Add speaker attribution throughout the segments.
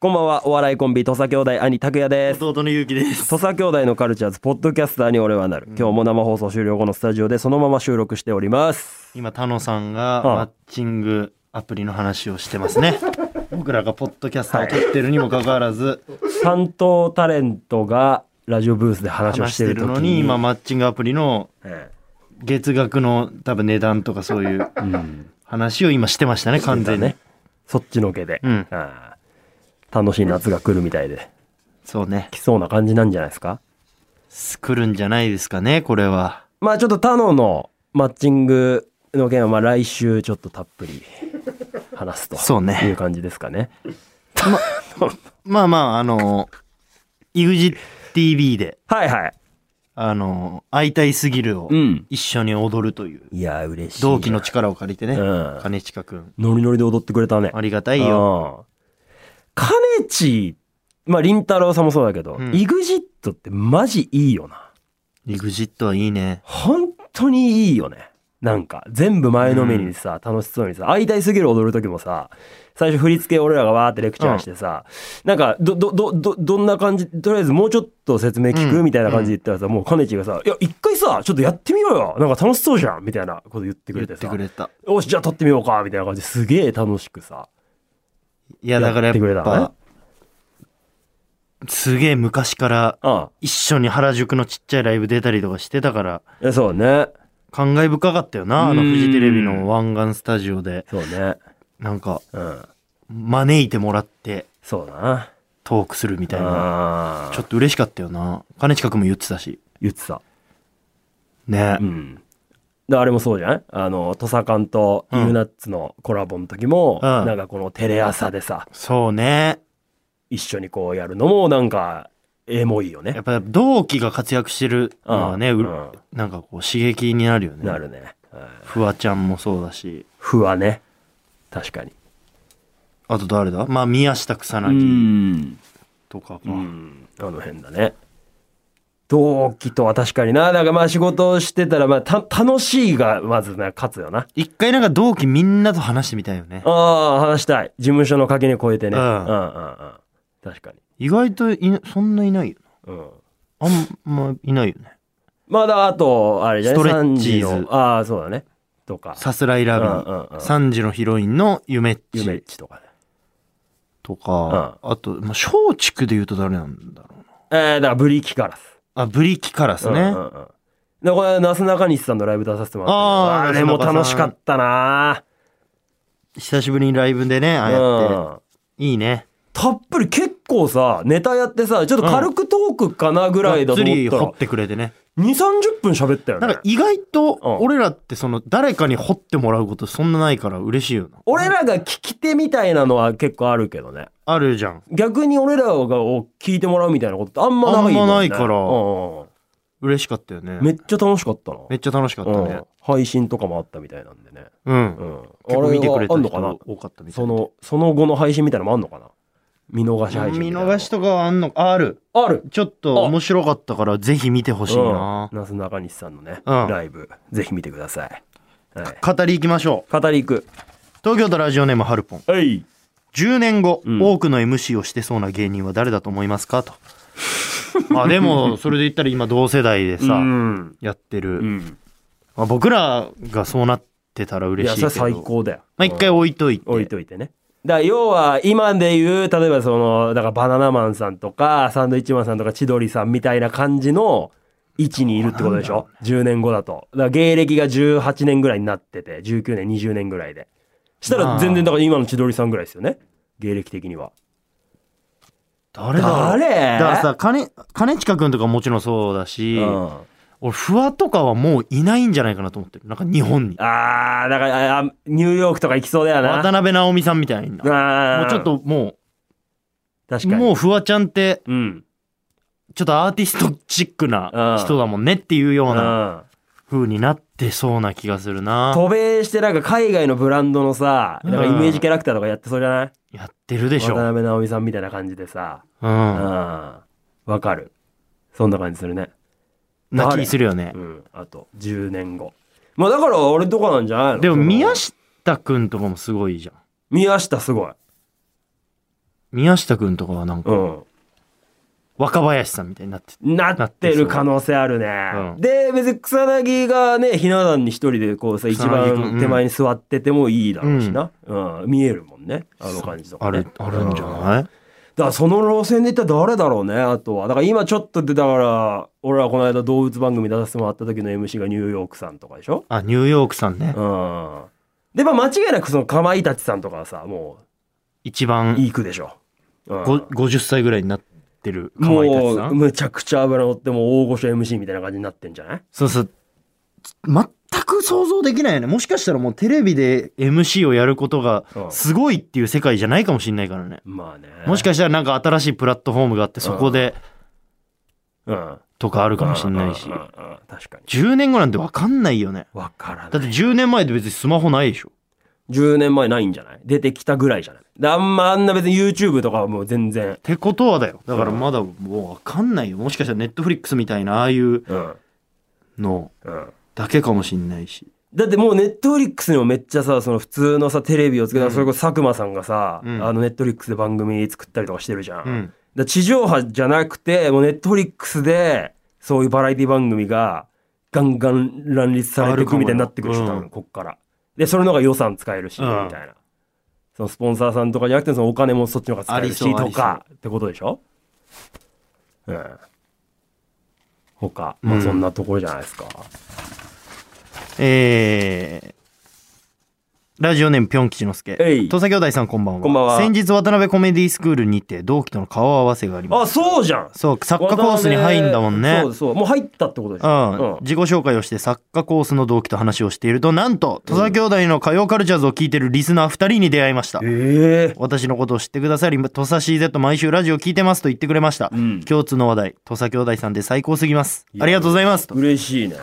Speaker 1: こんばんはお笑いコンビ土佐兄弟兄拓也です
Speaker 2: 弟の勇気です
Speaker 1: 土佐兄弟のカルチャーズポッドキャスターに俺はなる、今日も生放送終了後のスタジオでそのまま収録しており ます
Speaker 2: 今田野さんが
Speaker 1: ああ
Speaker 2: マッチングアプリの話をしてます ね僕らがポッドキャスターを撮ってるにもかかわらず
Speaker 1: 担当タレントがラジオブースで話を
Speaker 2: 話
Speaker 1: し
Speaker 2: してて
Speaker 1: る
Speaker 2: る
Speaker 1: 時
Speaker 2: のに今マッチングアプリの
Speaker 1: え
Speaker 2: 月額の多分値段とかそういう
Speaker 1: えうん
Speaker 2: 話を今してましたね完全に、
Speaker 1: ねそっちのけで、
Speaker 2: うん
Speaker 1: ああ楽しい夏が来るみたいで
Speaker 2: そうね
Speaker 1: 来そうな感じなんじゃないですか
Speaker 2: 来るんじゃないですかねこれは
Speaker 1: まあちょっと他ののマッチングの件はまあ来週ちょっとたっぷり話すと
Speaker 2: そうね
Speaker 1: いう感じですかね。
Speaker 2: まあまああの EXITV で
Speaker 1: はいはい。
Speaker 2: あの会いたいすぎるを
Speaker 1: うん。
Speaker 2: 一緒に踊るという
Speaker 1: いや嬉しいな。
Speaker 2: 同期の力を借りてね、
Speaker 1: うん
Speaker 2: 金近くん
Speaker 1: ノリノリで踊ってくれたね。
Speaker 2: ありがたい
Speaker 1: う
Speaker 2: よ
Speaker 1: ん。カネチ、まあ凛太郎さんもそうだけど、
Speaker 2: うん
Speaker 1: EXIT ってマジいいよな。
Speaker 2: エグジットはいいね
Speaker 1: 本当にいいよね。なんか、全部前のめりにさ、楽しそうにさ、会いたいすぎる踊る時もさ、最初振り付け俺らがわーってレクチャーしてさ、なんか、ど、ど、ど、ど、どんな感じ、とりあえずもうちょっと説明聞く、
Speaker 2: うん
Speaker 1: みたいな感じで言ったらさ、もうカネチがさ、いや、一回さ、ちょっとやってみようよなんか楽しそうじゃんみたいなこと言ってく
Speaker 2: 言
Speaker 1: れ
Speaker 2: っ
Speaker 1: て
Speaker 2: て
Speaker 1: さ、
Speaker 2: くれた
Speaker 1: よし、じゃあ撮ってみようかみたいな感じですげえ楽しくさ。
Speaker 2: いやだから
Speaker 1: やっ
Speaker 2: やっぱ
Speaker 1: てくれたのね
Speaker 2: すげえ昔から
Speaker 1: あ
Speaker 2: 一緒に原宿のちっちゃいライブ出たりとかしてたから
Speaker 1: あ、そうね。
Speaker 2: 感慨深かったよなあの
Speaker 1: うん
Speaker 2: フジテレビの湾岸スタジオで
Speaker 1: そうね。
Speaker 2: なんか
Speaker 1: うん。
Speaker 2: 招いてもらって
Speaker 1: そうだな。
Speaker 2: トークするみたいな
Speaker 1: ああ、
Speaker 2: ちょっと嬉しかったよな金近くも言ってたし
Speaker 1: 言ってた。
Speaker 2: ね
Speaker 1: うん。であれもそうじゃないあの、土佐館とユーナッツのコラボの時も、
Speaker 2: うん
Speaker 1: なんかこのテレ朝でさ、
Speaker 2: そうね
Speaker 1: 一緒にこうやるのもなんか、エモいよ
Speaker 2: や
Speaker 1: ね
Speaker 2: っ。ぱ同期が活躍してるのはね
Speaker 1: うん
Speaker 2: う
Speaker 1: うん
Speaker 2: なんかこう刺激になるよね
Speaker 1: なるね。うん
Speaker 2: フワちゃんもそうだし
Speaker 1: 不和ね。確かに。
Speaker 2: あと誰だまあ宮下草
Speaker 1: う
Speaker 2: 薙
Speaker 1: ん。
Speaker 2: とかか
Speaker 1: うん。あの辺だね。同期とは確かにな。なんかまあ仕事をしてたら、まあた、楽しいがまずな、勝つよな。
Speaker 2: 一回なんか同期みんなと話してみたいよね
Speaker 1: ああ、話したい。事務所の垣根越えてね。
Speaker 2: う
Speaker 1: うんんうんうん。確かに。
Speaker 2: 意外といなそんないないよ
Speaker 1: うん。
Speaker 2: なあんまいないよね
Speaker 1: まだあと、あれじゃない
Speaker 2: ストレッチーズ
Speaker 1: 3時のああ、そうだね。とか、
Speaker 2: さすらいラビ
Speaker 1: うんうんう
Speaker 2: ー
Speaker 1: ん
Speaker 2: 3時のヒロインのゆめっ
Speaker 1: ゆめっ
Speaker 2: ち
Speaker 1: ちとかね。
Speaker 2: とかあとまあ松竹で言うと誰なんだろうな
Speaker 1: えー、だからブリキカラス。
Speaker 2: あブリキカラス
Speaker 1: うん
Speaker 2: ね
Speaker 1: うんうんで、これ、なすなかにしさんのライブ出させてもらった
Speaker 2: あー
Speaker 1: けどあれも楽しかったな
Speaker 2: 久しぶりにライブでねああやって
Speaker 1: うん。
Speaker 2: いいね
Speaker 1: たっぷり結構さ、ネタやってさ、ちょっと軽くトークかなぐらい
Speaker 2: が
Speaker 1: だと
Speaker 2: っつ
Speaker 1: 思っ
Speaker 2: り
Speaker 1: た
Speaker 2: 掘
Speaker 1: ら
Speaker 2: っ、てくれてね
Speaker 1: 2、30分喋ったよ
Speaker 2: なん
Speaker 1: ね
Speaker 2: か。意外と
Speaker 1: うん
Speaker 2: 俺らってその誰かに掘ってもらうことそんなないから嬉しいよな
Speaker 1: 俺らが聞き手みたいなのは結構あるけどね。
Speaker 2: あるじゃん
Speaker 1: 逆に俺らがを聞いてもらうみたいなことってあんまないもんね、
Speaker 2: あんまないから
Speaker 1: うんうん
Speaker 2: 嬉しかったよね
Speaker 1: めっちゃ楽しかったな。
Speaker 2: めっちゃ楽しかったね
Speaker 1: うん、配信とかもあったみたいなんでね、
Speaker 2: うん
Speaker 1: うん、
Speaker 2: 結構見てくれ
Speaker 1: あ
Speaker 2: た
Speaker 1: ん
Speaker 2: 人
Speaker 1: のかな
Speaker 2: が多かったみたい
Speaker 1: そ
Speaker 2: な
Speaker 1: のその後の配信みたいなのもあんのかな見逃し配信
Speaker 2: 見
Speaker 1: みたいなの
Speaker 2: 逃しとかはあんのあある
Speaker 1: ある
Speaker 2: ちょっと面白かったからぜひ見てほしいな
Speaker 1: うん、なすなかにしさんのね、
Speaker 2: うん
Speaker 1: ライブぜひ見てください、はい、
Speaker 2: 語りいきましょう
Speaker 1: 語りいく
Speaker 2: 東京都ラジオネームはるぽん
Speaker 1: はい
Speaker 2: 10年後、
Speaker 1: うん
Speaker 2: 多くの MC をしてそうな芸人は誰だと思いますか とまあでもそれで言ったら今同世代で
Speaker 1: う
Speaker 2: さ
Speaker 1: ん、
Speaker 2: やってる、
Speaker 1: うん、
Speaker 2: まあ、僕らがそうなってたら
Speaker 1: い
Speaker 2: 嬉し
Speaker 1: や
Speaker 2: いけ
Speaker 1: そ
Speaker 2: ど
Speaker 1: れ最高だよ
Speaker 2: まあ一回
Speaker 1: うん
Speaker 2: 置いといて
Speaker 1: 置いといてねだから要は今で言う例えばそのだからバナナマンさんとかサンドイッチマンさんとか千鳥さんみたいな感じの位置にいるってことでしょ、10年後だとだから芸歴が18年ぐらいになってて19年20年ぐらいでした
Speaker 2: ま
Speaker 1: ら
Speaker 2: あ
Speaker 1: 全然だから今の千鳥さんぐらいですよね芸歴的には
Speaker 2: 誰だろ
Speaker 1: 誰
Speaker 2: うだからさ金金近くんとかもちろんそうだし、
Speaker 1: うん、
Speaker 2: 俺不破とかはもういないんじゃないかなと思ってるなんか日本に
Speaker 1: あーだからあニューヨークとか行きそうだよな
Speaker 2: 渡辺直美さんみたい
Speaker 1: あー
Speaker 2: なもうちょっともう
Speaker 1: 確かに
Speaker 2: もうフワちゃんって
Speaker 1: うん
Speaker 2: ちょっとアーティストチックな
Speaker 1: うん
Speaker 2: 人だもんねっていうよう
Speaker 1: う
Speaker 2: な
Speaker 1: ん
Speaker 2: 風になってそうな気がするな
Speaker 1: 渡米してなんか海外のブランドのさ、なんかイメージキャラクターとかやってそうじゃない
Speaker 2: やってるでし
Speaker 1: 渡
Speaker 2: ょ
Speaker 1: 辺直美さんみたいな感じでさ、
Speaker 2: う
Speaker 1: うん
Speaker 2: ん
Speaker 1: わかるそんな感じするね
Speaker 2: な気するよね
Speaker 1: うんあと10年後まあだから俺とかなんじゃないの
Speaker 2: でも
Speaker 1: その
Speaker 2: 宮下くんとかもすごいじゃん
Speaker 1: 宮下すごい
Speaker 2: 宮下くんとかはなんか、
Speaker 1: うん。
Speaker 2: 若林さんみたいになってて
Speaker 1: なってる可能性あるね。
Speaker 2: うん
Speaker 1: で、別に草薙がね、ひな壇に一人でこうさ、一
Speaker 2: 草薙君う
Speaker 1: 番
Speaker 2: ん
Speaker 1: 手前に座っててもいいだろうしな。うん、見えるもんね。あの感じとか、
Speaker 2: あ
Speaker 1: ね。
Speaker 2: る、あるんじゃ
Speaker 1: う
Speaker 2: ない
Speaker 1: だからその路線で言ったら誰だろうね、あとは。だから今ちょっと出たから、俺らこの間動物番組出させてもらった時の MC がニューヨークさんとかでしょ
Speaker 2: あ、ニューヨークさんね
Speaker 1: う。ん。で、まあ間違いなくそのかまいたちさんとかはさ、も
Speaker 2: 一
Speaker 1: う
Speaker 2: 番
Speaker 1: いい句でしょ。うん
Speaker 2: ご50歳ぐらいになってるかまいたちさ。
Speaker 1: もうんむちゃくちゃ油乗ってもう大御所 MC みたいな感じになってんじゃない
Speaker 2: そうそう。全く想像できないよね。もしかしたらもうテレビで MC をやることが
Speaker 1: うん
Speaker 2: すごいっていう世界じゃないかもしれないからね。
Speaker 1: まあね。
Speaker 2: もしかしたらなんか新しいプラットフォームがあってそこで
Speaker 1: うん。
Speaker 2: とかあるかもしれないし
Speaker 1: うん。うんうん確かに。
Speaker 2: 10年後なんてわかんないよね。
Speaker 1: わから
Speaker 2: だっ
Speaker 1: な
Speaker 2: て
Speaker 1: い。
Speaker 2: 10年前で別にスマホないでしょ。
Speaker 1: 10年前ないんじゃない出てきたぐらいじゃないであんまあんな別に YouTube とかはもう全然。
Speaker 2: ってことはだよ。だからまだもうわかんないよ。もしかしたらネットフリックスみたいなああいう
Speaker 1: うん。
Speaker 2: の
Speaker 1: うん。
Speaker 2: だけかもしんないし。
Speaker 1: だってもうネットフリックスにもめっちゃさ、その普通のさ、テレビをつけた、それこそ佐久間さんがさ、
Speaker 2: うん
Speaker 1: あのネットフリックスで番組作ったりとかしてるじゃん。だ
Speaker 2: う
Speaker 1: か
Speaker 2: ん。
Speaker 1: ら地上波じゃなくて、もうネットフリックスで、そういうバラエティ番組が、ガンガン乱立されていくみたいになってくるでしょ、
Speaker 2: あ
Speaker 1: 多
Speaker 2: るかもよ
Speaker 1: 分、こっから。で、それの方が予算使えるし、み
Speaker 2: う
Speaker 1: た
Speaker 2: ん
Speaker 1: いな。そのスポンサーさんとかじゃなくて、そのお金もそっちの方が使える
Speaker 2: あり
Speaker 1: し、
Speaker 2: そうあ
Speaker 1: と
Speaker 2: りそう
Speaker 1: か、ってことでしょうん。他、ま
Speaker 2: う
Speaker 1: あ
Speaker 2: ん
Speaker 1: そんなところじゃないですか。
Speaker 2: えー。ラジオネームぴょん吉之助。
Speaker 1: えい
Speaker 2: 土佐兄弟さんこんばんは。
Speaker 1: こんばんは
Speaker 2: 先日渡辺コメディスクールにて同期との顔合わせがありま
Speaker 1: あ、そうじゃん
Speaker 2: す。そう、サッカーコースに入んだもんね。
Speaker 1: そうそう。もう入ったってことでし
Speaker 2: うん
Speaker 1: ょ。、
Speaker 2: 自己紹介をして作家コースの同期と話をしているとなんと土佐兄弟の歌謡カルチャーズを聴いてるリスナー2人に出会いました、
Speaker 1: ええ
Speaker 2: 私のことを知ってくださり土佐 CZ 毎週ラジオ聴いてますと言ってくれました、
Speaker 1: うん
Speaker 2: 共通の話題土佐兄弟さんで最高すぎます
Speaker 1: いや
Speaker 2: ありがとうございますと
Speaker 1: 嬉しいね。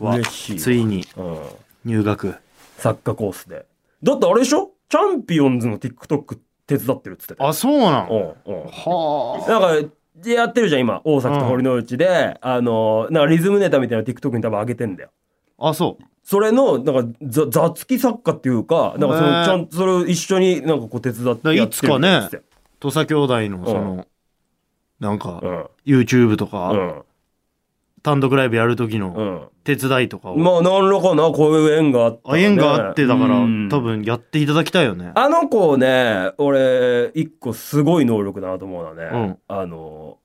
Speaker 2: わ
Speaker 1: 嬉しいわ。
Speaker 2: ついに
Speaker 1: うん。
Speaker 2: 入学
Speaker 1: サッカーコースで。だってあれでしょチャンピオンズの TikTok 手伝ってるっつってたよ。
Speaker 2: あそうな
Speaker 1: うん
Speaker 2: の
Speaker 1: うん。
Speaker 2: はあ
Speaker 1: なんか、やってるじゃん、今。大崎と堀之内で、あの、なんかリズムネタみたいなの TikTok に多分上げてんだよ。
Speaker 2: あそう
Speaker 1: それの、なんか、ざ、ざつき作家っていうか、なんかそ
Speaker 2: へ
Speaker 1: の、
Speaker 2: え
Speaker 1: ちゃんとそれを一緒になんかこう手伝ってやってるみたいなやつだよ
Speaker 2: 土佐兄弟のその、
Speaker 1: う
Speaker 2: なんか YouTube とか、単独ライブやる時
Speaker 1: うん。う
Speaker 2: の
Speaker 1: ん。うん。
Speaker 2: 手伝いとかを、
Speaker 1: まあ何らかなこういう縁があったら
Speaker 2: あ
Speaker 1: ね、
Speaker 2: 縁があってだから、
Speaker 1: うん
Speaker 2: 多分やっていただきたいよね
Speaker 1: あの子ね俺一個すごい能力だなと思うのはね、あの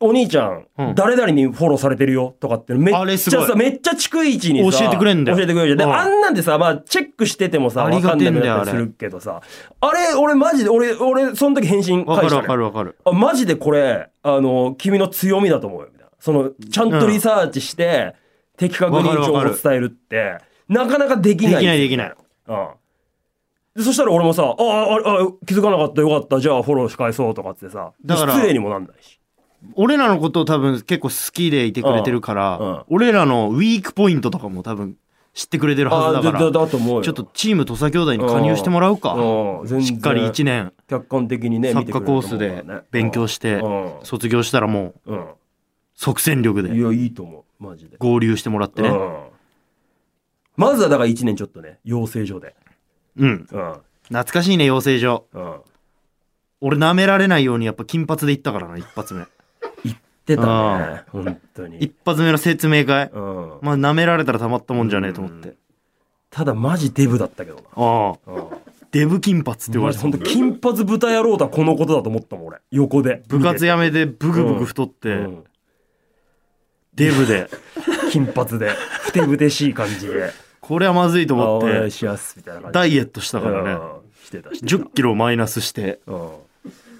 Speaker 1: お兄ちゃん、
Speaker 2: うん
Speaker 1: 誰々にフォローされてるよとかってめ
Speaker 2: あ
Speaker 1: っ
Speaker 2: れす
Speaker 1: ち
Speaker 2: ご
Speaker 1: ゃ
Speaker 2: い
Speaker 1: さめっちゃ逐一にさ
Speaker 2: 教えてくれんだよ
Speaker 1: 教えてくれるじゃん、
Speaker 2: うん
Speaker 1: であんなんでさまあチェックしててもさ
Speaker 2: あ
Speaker 1: わ
Speaker 2: り
Speaker 1: か
Speaker 2: が
Speaker 1: んな
Speaker 2: てん
Speaker 1: く
Speaker 2: だよ
Speaker 1: なったりするけどさあれ俺マジで俺俺その時返信
Speaker 2: わか
Speaker 1: 返し
Speaker 2: る
Speaker 1: たの
Speaker 2: わか
Speaker 1: よ
Speaker 2: るわかる。
Speaker 1: あマジでこれあの君の強みだと思うよみたいなそのちゃんとリサーチして、的確に情報を伝えるってなかなかでき
Speaker 2: で
Speaker 1: ない
Speaker 2: きないできない。
Speaker 1: うんでそしたら俺もさ「ああああ気づかなかったよかったじゃあフォローし返そう」とかってさ
Speaker 2: だから
Speaker 1: 失礼にもなんないし
Speaker 2: 俺らのことを多分結構好きでいてくれてるから、
Speaker 1: うんうん
Speaker 2: 俺らのウィークポイントとかも多分知ってくれてるは
Speaker 1: あ
Speaker 2: ず
Speaker 1: だ
Speaker 2: だか
Speaker 1: だ
Speaker 2: ら、
Speaker 1: だと思うよ
Speaker 2: ちょっとチーム土佐兄弟に加入してもらうか。
Speaker 1: うん全然
Speaker 2: しっかり1年、
Speaker 1: 客観的にね
Speaker 2: サ
Speaker 1: 見
Speaker 2: ッ
Speaker 1: て
Speaker 2: カ
Speaker 1: く
Speaker 2: ー
Speaker 1: れると
Speaker 2: コース
Speaker 1: 思うからね
Speaker 2: で勉強して
Speaker 1: うん、
Speaker 2: 卒業したらもう
Speaker 1: うん、
Speaker 2: 即戦力
Speaker 1: うんい
Speaker 2: で
Speaker 1: やいいと思うマジで
Speaker 2: 合流してもらって
Speaker 1: う
Speaker 2: ね。
Speaker 1: んまずはだから1年ちょっとね養成所で
Speaker 2: うん。
Speaker 1: うん
Speaker 2: 懐かしいね、養成所。
Speaker 1: うん
Speaker 2: 俺舐められないようにやっぱ金髪で行ったからな、一発目。
Speaker 1: 言ってたね本当に
Speaker 2: 一発目の説明会。
Speaker 1: うん
Speaker 2: まあ舐められたらたまったもんじゃねえと思って。
Speaker 1: ただマジデブだったけどな
Speaker 2: ああ、
Speaker 1: うん
Speaker 2: デブ金髪って言わ
Speaker 1: マ
Speaker 2: れ
Speaker 1: ジ
Speaker 2: てた
Speaker 1: 本当金髪豚野郎とはこのことだと思ったもん俺横で
Speaker 2: 部活やめてブクブク太って、
Speaker 1: うん
Speaker 2: デブで、
Speaker 1: 金髪でふてぶてしい感じで
Speaker 2: これはまずいと
Speaker 1: 「あ
Speaker 2: 思
Speaker 1: お願
Speaker 2: っ
Speaker 1: い
Speaker 2: て、
Speaker 1: します」みたいな感じ
Speaker 2: ダイエ
Speaker 1: ッ
Speaker 2: ットしたからね、
Speaker 1: してたしてた
Speaker 2: 10キロマイナスして、
Speaker 1: うん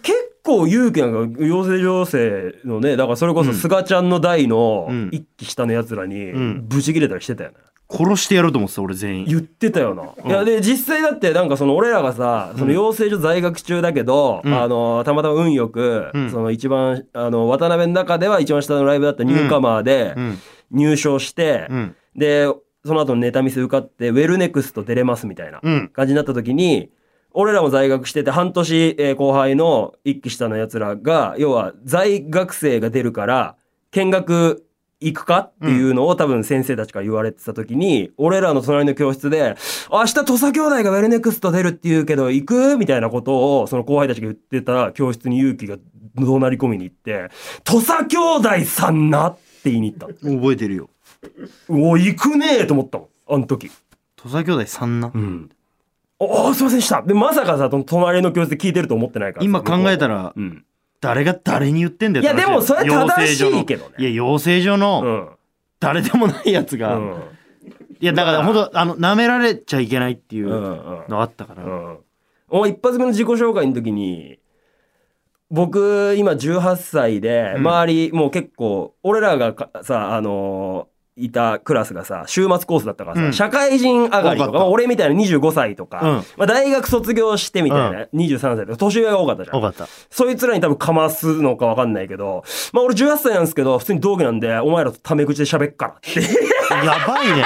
Speaker 1: 結構勇気なんか養成女性のねだからそれこそ菅ちゃんの代の
Speaker 2: うん
Speaker 1: 一期下のやつらに
Speaker 2: ん
Speaker 1: ブチ切れたりしてたよね
Speaker 2: 殺してやろうと思ってた、俺全員。
Speaker 1: 言ってたよな、いやで実際だってなんかその俺らがさその養成所在学中だけど、
Speaker 2: うん
Speaker 1: あのたまたま運よく、
Speaker 2: うん
Speaker 1: その一番あの渡辺の中では一番下のライブだったニューカマーで
Speaker 2: うん。
Speaker 1: 入賞して、
Speaker 2: うん。
Speaker 1: でその後のネタ見せ受かってウェルネクスト出れますみたいな
Speaker 2: うん。
Speaker 1: 感じになった時に俺らも在学してて半年、えー後輩の一期下のやつらが要は在学生が出るから見学行くかっていうのを多分先生たちから言われてた時に、俺らの隣の教室で、明日土佐兄弟がウェルネクスト出るって言うけど行くみたいなことをその後輩たちが言ってたら、教室に勇気が怒鳴り込みに行って、土佐兄弟さんなって言いに行った。
Speaker 2: 覚えてるよ。
Speaker 1: うお、行くねえと思ったもん。あの時。
Speaker 2: 土佐兄弟さんな
Speaker 1: う。ん。おお、すいませんでした。で、まさかさ、と隣の教室で聞いてると思ってないから。
Speaker 2: 今考えたら
Speaker 1: う、ん。
Speaker 2: 誰が誰に言ってんだよ
Speaker 1: いやでもそれ正しいけどね
Speaker 2: いや、養成所
Speaker 1: う
Speaker 2: の
Speaker 1: ん。
Speaker 2: 誰でもないやつ
Speaker 1: う
Speaker 2: が、
Speaker 1: ん。うん。
Speaker 2: いや、だから本当あの、舐められちゃいけないってい
Speaker 1: う
Speaker 2: う
Speaker 1: ん
Speaker 2: のあったから。
Speaker 1: うん。お一発目の自己紹介の時に、僕、今18歳で、
Speaker 2: うん
Speaker 1: 周り、もう結構、俺らがかさ、あのーいたクラスがさ、週末コースだったからさ、
Speaker 2: うん
Speaker 1: 社会人上がり
Speaker 2: 多か
Speaker 1: と
Speaker 2: った
Speaker 1: か、まあ俺みたいな25歳とか、
Speaker 2: うん
Speaker 1: まあ大学卒業してみたいな、23歳とか、年上が多かったじゃん
Speaker 2: 多。かった。
Speaker 1: そいつらに多分かますのかわかんないけど、まあ俺18歳なんですけど、普通に同期なんで、お前らとタメ口で喋っからって。
Speaker 2: やばいね。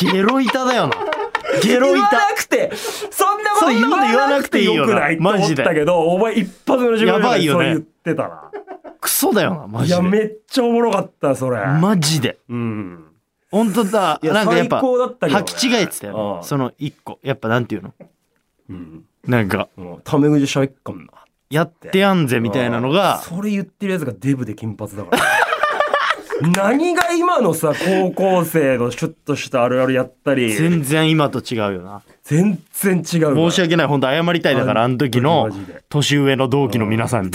Speaker 2: ゲロ板だよな。ゲ
Speaker 1: 言
Speaker 2: ロ
Speaker 1: わ
Speaker 2: 板。
Speaker 1: なくて、そんなこと
Speaker 2: そういうこと言わなくていいよ
Speaker 1: よ
Speaker 2: な
Speaker 1: くないって思ったけど、お前一発目の自分
Speaker 2: やばいよね
Speaker 1: そう言ってたら。
Speaker 2: クソだよな、マ
Speaker 1: い
Speaker 2: ジ
Speaker 1: や、
Speaker 2: で。
Speaker 1: めっちゃおもろかった、それ。
Speaker 2: マジで。
Speaker 1: うん。
Speaker 2: 本当だ。
Speaker 1: いや
Speaker 2: なんかやっぱ、
Speaker 1: 最高だったけどね
Speaker 2: 履き違えてたよ
Speaker 1: うん
Speaker 2: ね。その一個。やっぱなんていうの
Speaker 1: うん。
Speaker 2: なんか、
Speaker 1: もうタメ口で喋っかんな。
Speaker 2: やってやんぜみたいなのが、
Speaker 1: それ言ってるやつがデブで金髪だから。 何が今のさ、高校生のちょっとしたあるあるやったり、
Speaker 2: 全然今と違うよな。
Speaker 1: 全然違うから。
Speaker 2: 申し訳ない。本当謝りたいだから、あの時の
Speaker 1: マジで、
Speaker 2: 年上の同期の皆さんに。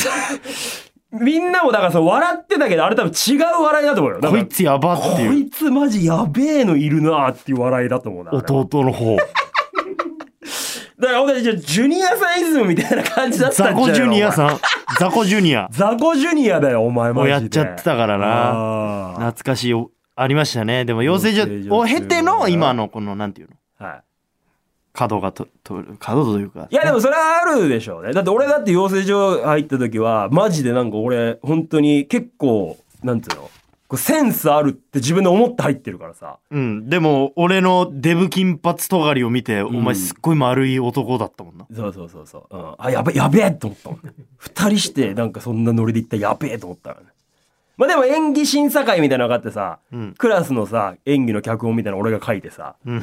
Speaker 1: みんなもだからそう笑ってたけど、あれ多分違う笑いだと思うよ。だか
Speaker 2: こ
Speaker 1: ら
Speaker 2: いつやばって
Speaker 1: こ
Speaker 2: いう。
Speaker 1: いつマジやべえのいるなーっていう笑いだと思うな。あれは
Speaker 2: 弟の方。
Speaker 1: だから俺たちジュニアさんイズムみたいな感じだったんじゃ
Speaker 2: ザ
Speaker 1: んよ。
Speaker 2: コジュニア
Speaker 1: ん。
Speaker 2: さん。ザコジュニア。
Speaker 1: ザコジュニアだよ、お前マ
Speaker 2: を
Speaker 1: ジで。
Speaker 2: やっちゃってたからな。
Speaker 1: な。
Speaker 2: 懐かしいお。ありましたね。でも養成
Speaker 1: 養成
Speaker 2: 所
Speaker 1: 所
Speaker 2: を経
Speaker 1: 中
Speaker 2: ての
Speaker 1: は
Speaker 2: 今のこのなんていうの
Speaker 1: は
Speaker 2: 角がとと角というか
Speaker 1: い。いやでもそれはあるでしょうね。だって俺だって養成所入った時は、マジでなんか俺、本当に結構、なんつうの、こうセンスあるって自分で思って入ってるからさ。
Speaker 2: うんでも俺のデブ金髪尖りを見て、
Speaker 1: ん
Speaker 2: お前すっごい丸い男だったもんな
Speaker 1: そうそうそうそう。うん、あ、やべ、やべえと思ったもんね。二人してなんかそんなノリで行ったらやべえと思ったからね。まあでも演技審査会みたいなのがあってさ、
Speaker 2: うん
Speaker 1: クラスのさ、演技の脚本みたいなの俺が書いてさ、
Speaker 2: うん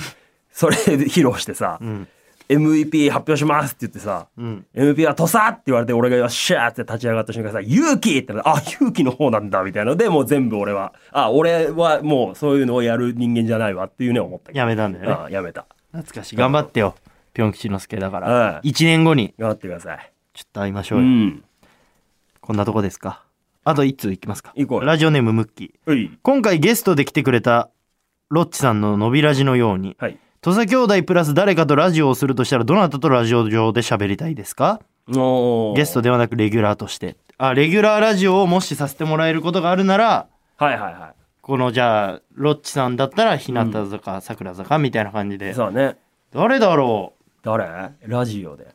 Speaker 1: それで披露してさ、
Speaker 2: うん
Speaker 1: MVP 発表しますって言ってさ、
Speaker 2: うん
Speaker 1: MVP は土佐って言われて、俺がよっしゃーって立ち上がった瞬間さ、勇気ってなってあ、勇気の方なんだみたいなので、もう全部俺は、あ、俺はもうそういうのをやる人間じゃないわっていうね、思ったけど。
Speaker 2: やめたんだよね
Speaker 1: あやめた。
Speaker 2: 懐かしい頑張ってよピョン吉之助だか
Speaker 1: うん
Speaker 2: ら1年後に
Speaker 1: 頑張ってください。
Speaker 2: ちょっと会いましょ
Speaker 1: う
Speaker 2: うよ、
Speaker 1: ん。
Speaker 2: こんなとこですかあと1通いきますか
Speaker 1: 行こうよ
Speaker 2: ラジオネームムッキー
Speaker 1: うい。
Speaker 2: 今回ゲストで来てくれたロッチさんののびラジのように
Speaker 1: はい。
Speaker 2: 土佐兄弟プラス誰かとラジオをするとしたらどなたとラジオ上で喋りたいですか
Speaker 1: おー
Speaker 2: ゲストではなくレギュラーとしてあレギュラーラジオをもしさせてもらえることがあるなら
Speaker 1: はいはいは
Speaker 2: このじゃあロッチさんだったら日向坂桜坂みたいな感じで、
Speaker 1: い。そうね。
Speaker 2: 誰だろ
Speaker 1: 誰ラジオで。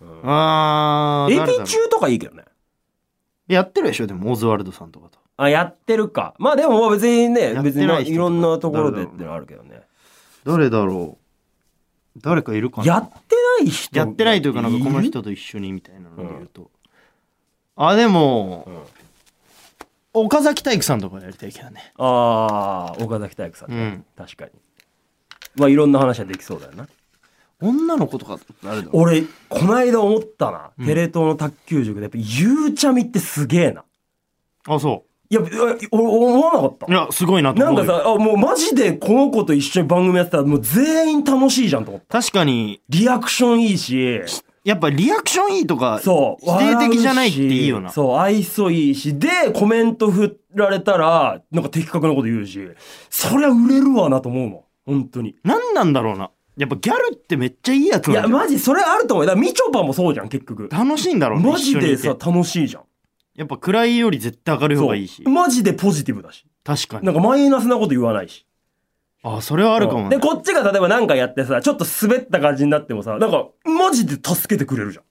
Speaker 2: うあー誰だ
Speaker 1: AP
Speaker 2: ろう
Speaker 1: 中とかいいけどね。
Speaker 2: やってるでしょでもオズワルドさんとかと
Speaker 1: あ、やってるか。まあでもまあ別にね
Speaker 2: や、って
Speaker 1: 別に
Speaker 2: ない人とか
Speaker 1: いろんなところでってのはあるけどね。
Speaker 2: 誰だろう誰かいるかな
Speaker 1: やってない人
Speaker 2: やってないというかなんかこの
Speaker 1: いる
Speaker 2: 人と一緒にみたいなので言うと、あでも、岡崎体育さんとかやりたいけどね
Speaker 1: ああ、岡崎体育さんね、
Speaker 2: うん
Speaker 1: 確かに。まあいろんな話はできそうだよな。
Speaker 2: 女の子とか誰だろう
Speaker 1: 俺、こないだ思ったな。
Speaker 2: うん
Speaker 1: テレ東の卓球塾で、やっぱゆうちゃみってすげえな。
Speaker 2: あそ
Speaker 1: いや、俺思わなかった
Speaker 2: うい。やすごいなと
Speaker 1: な
Speaker 2: 思
Speaker 1: ん
Speaker 2: うよ
Speaker 1: かさ、あ、もうマジでこの子と一緒に番組やってたらもう全員楽しいじゃんと思った。
Speaker 2: 確かに
Speaker 1: リアクションいいし、
Speaker 2: やっぱリアクションいいとか
Speaker 1: そう。
Speaker 2: 否定的じゃないっていいよ
Speaker 1: 笑う
Speaker 2: な
Speaker 1: しそう、愛想いいし、で、コメント振られたら、なんか的確なこと言うし、そりゃ売れるわなと思うもん。本当に。
Speaker 2: 何なんだろうなやっぱギャルってめっちゃいいやつ
Speaker 1: いや、
Speaker 2: なんだよ
Speaker 1: マジそれあると思うよ。だからみちょぱもそうじゃん、結局。
Speaker 2: 楽しいんだろうね
Speaker 1: マジで
Speaker 2: 一
Speaker 1: さ
Speaker 2: 緒にい、て
Speaker 1: 楽しいじゃん。
Speaker 2: やっぱ暗いより絶対明るい方がいいし
Speaker 1: そうマジでポジティブだし。
Speaker 2: 確かに
Speaker 1: なんかマイナスなこと言わないし。
Speaker 2: あそれはあるかも
Speaker 1: で、
Speaker 2: ね
Speaker 1: こっちが例えばなんかやってさ、ちょっと滑った感じになってもさ、なんか、マジで助けてくれるじゃん。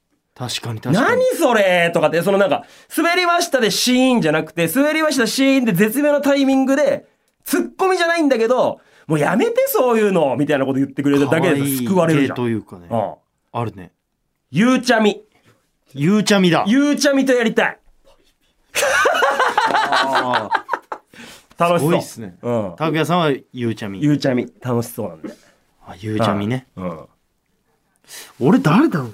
Speaker 2: 確かに確か
Speaker 1: 何
Speaker 2: に
Speaker 1: それとかって、そのなんか、滑りましたでシーンじゃなくて、滑りましたシーンで絶妙なタイミングで、ツッコミじゃないんだけど、もうやめてそういうのみたいなこと言ってくれるだけでさ救われるじゃん。
Speaker 2: 可愛い系というかね
Speaker 1: うん。
Speaker 2: あるね
Speaker 1: ゆうちゃみ。
Speaker 2: ゆうちゃみだ
Speaker 1: ゆうちゃみとやりたい。楽しそう。
Speaker 2: すごいっすね
Speaker 1: うん。
Speaker 2: 拓也さんはゆうちゃみ
Speaker 1: ゆうちゃみ、楽しそうなんで。
Speaker 2: あゆうちゃみね
Speaker 1: うん。
Speaker 2: 俺誰だろう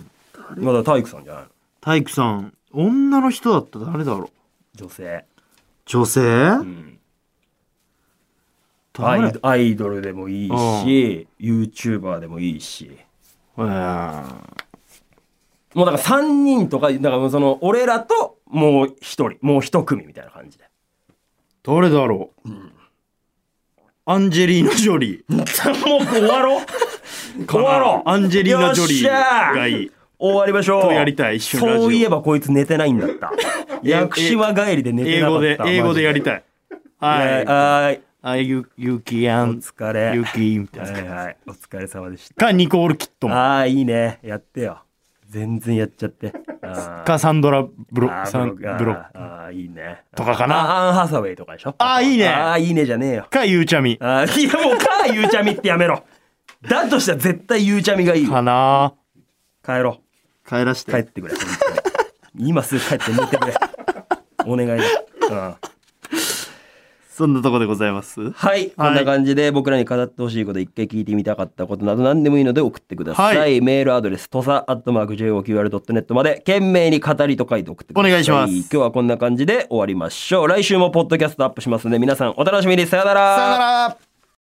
Speaker 1: まだ体育さんじゃないの
Speaker 2: 体育さん女の人だったら誰だろう
Speaker 1: 女性。
Speaker 2: 女性、
Speaker 1: うん。ア
Speaker 2: 誰
Speaker 1: イアイドルでもいいし、YouTuber でもいいし。
Speaker 2: えー
Speaker 1: もうだから3人とか、だからもうその、俺らともう1人、もう1組みたいな感じで。
Speaker 2: 誰だろう、アンジェリーナ・ジョリー
Speaker 1: もう終わろう終わろう
Speaker 2: アンジェリーナ・ジョリーがい
Speaker 1: よっしゃ
Speaker 2: い
Speaker 1: 終わりましょう
Speaker 2: とやりたい一緒にラジオ
Speaker 1: そういえばこいつ寝てないんだった 屋久島帰りで寝て
Speaker 2: 英
Speaker 1: なか
Speaker 2: 語
Speaker 1: っ
Speaker 2: で
Speaker 1: た
Speaker 2: 英語でやりたいはい
Speaker 1: はいはい
Speaker 2: あゆゆきや
Speaker 1: お
Speaker 2: ん
Speaker 1: 疲れ
Speaker 2: ゆきみた
Speaker 1: はいい
Speaker 2: な
Speaker 1: はいお疲れ様でし
Speaker 2: かニコール・キット
Speaker 1: た
Speaker 2: ン
Speaker 1: ああーいいねやってよ全然やっちゃってあー
Speaker 2: かサンドラ・ブロ
Speaker 1: あ
Speaker 2: サン
Speaker 1: ー
Speaker 2: ブ
Speaker 1: ブロック
Speaker 2: ロ
Speaker 1: あーあーいいね
Speaker 2: とかかな
Speaker 1: あアンハサウェイとかでしょ
Speaker 2: あーいいね
Speaker 1: ああいいねじゃねえよ
Speaker 2: かゆうちゃみ
Speaker 1: あーいやもうかゆうちゃみってやめろだとしたら絶対ゆうちゃみがいいよ
Speaker 2: かな
Speaker 1: 帰ろう
Speaker 2: 帰らし
Speaker 1: 帰ってくれ。本当に今すぐ帰って寝てくれ。お願いだ。うん
Speaker 2: そんなとこでございます
Speaker 1: はい、こんな感じで僕らに語ってほしいこと、一回聞いてみたかったことなど何でもいいので送ってください。
Speaker 2: は
Speaker 1: メールアドレス、とさ、アットマーク、joqr.net まで、懸命に語りと書いて送ってください。
Speaker 2: お願いします
Speaker 1: 今日はこんな感じで終わりましょう。来週もポッドキャストアップしますので、皆さんお楽しみに。さよなら。
Speaker 2: さよなら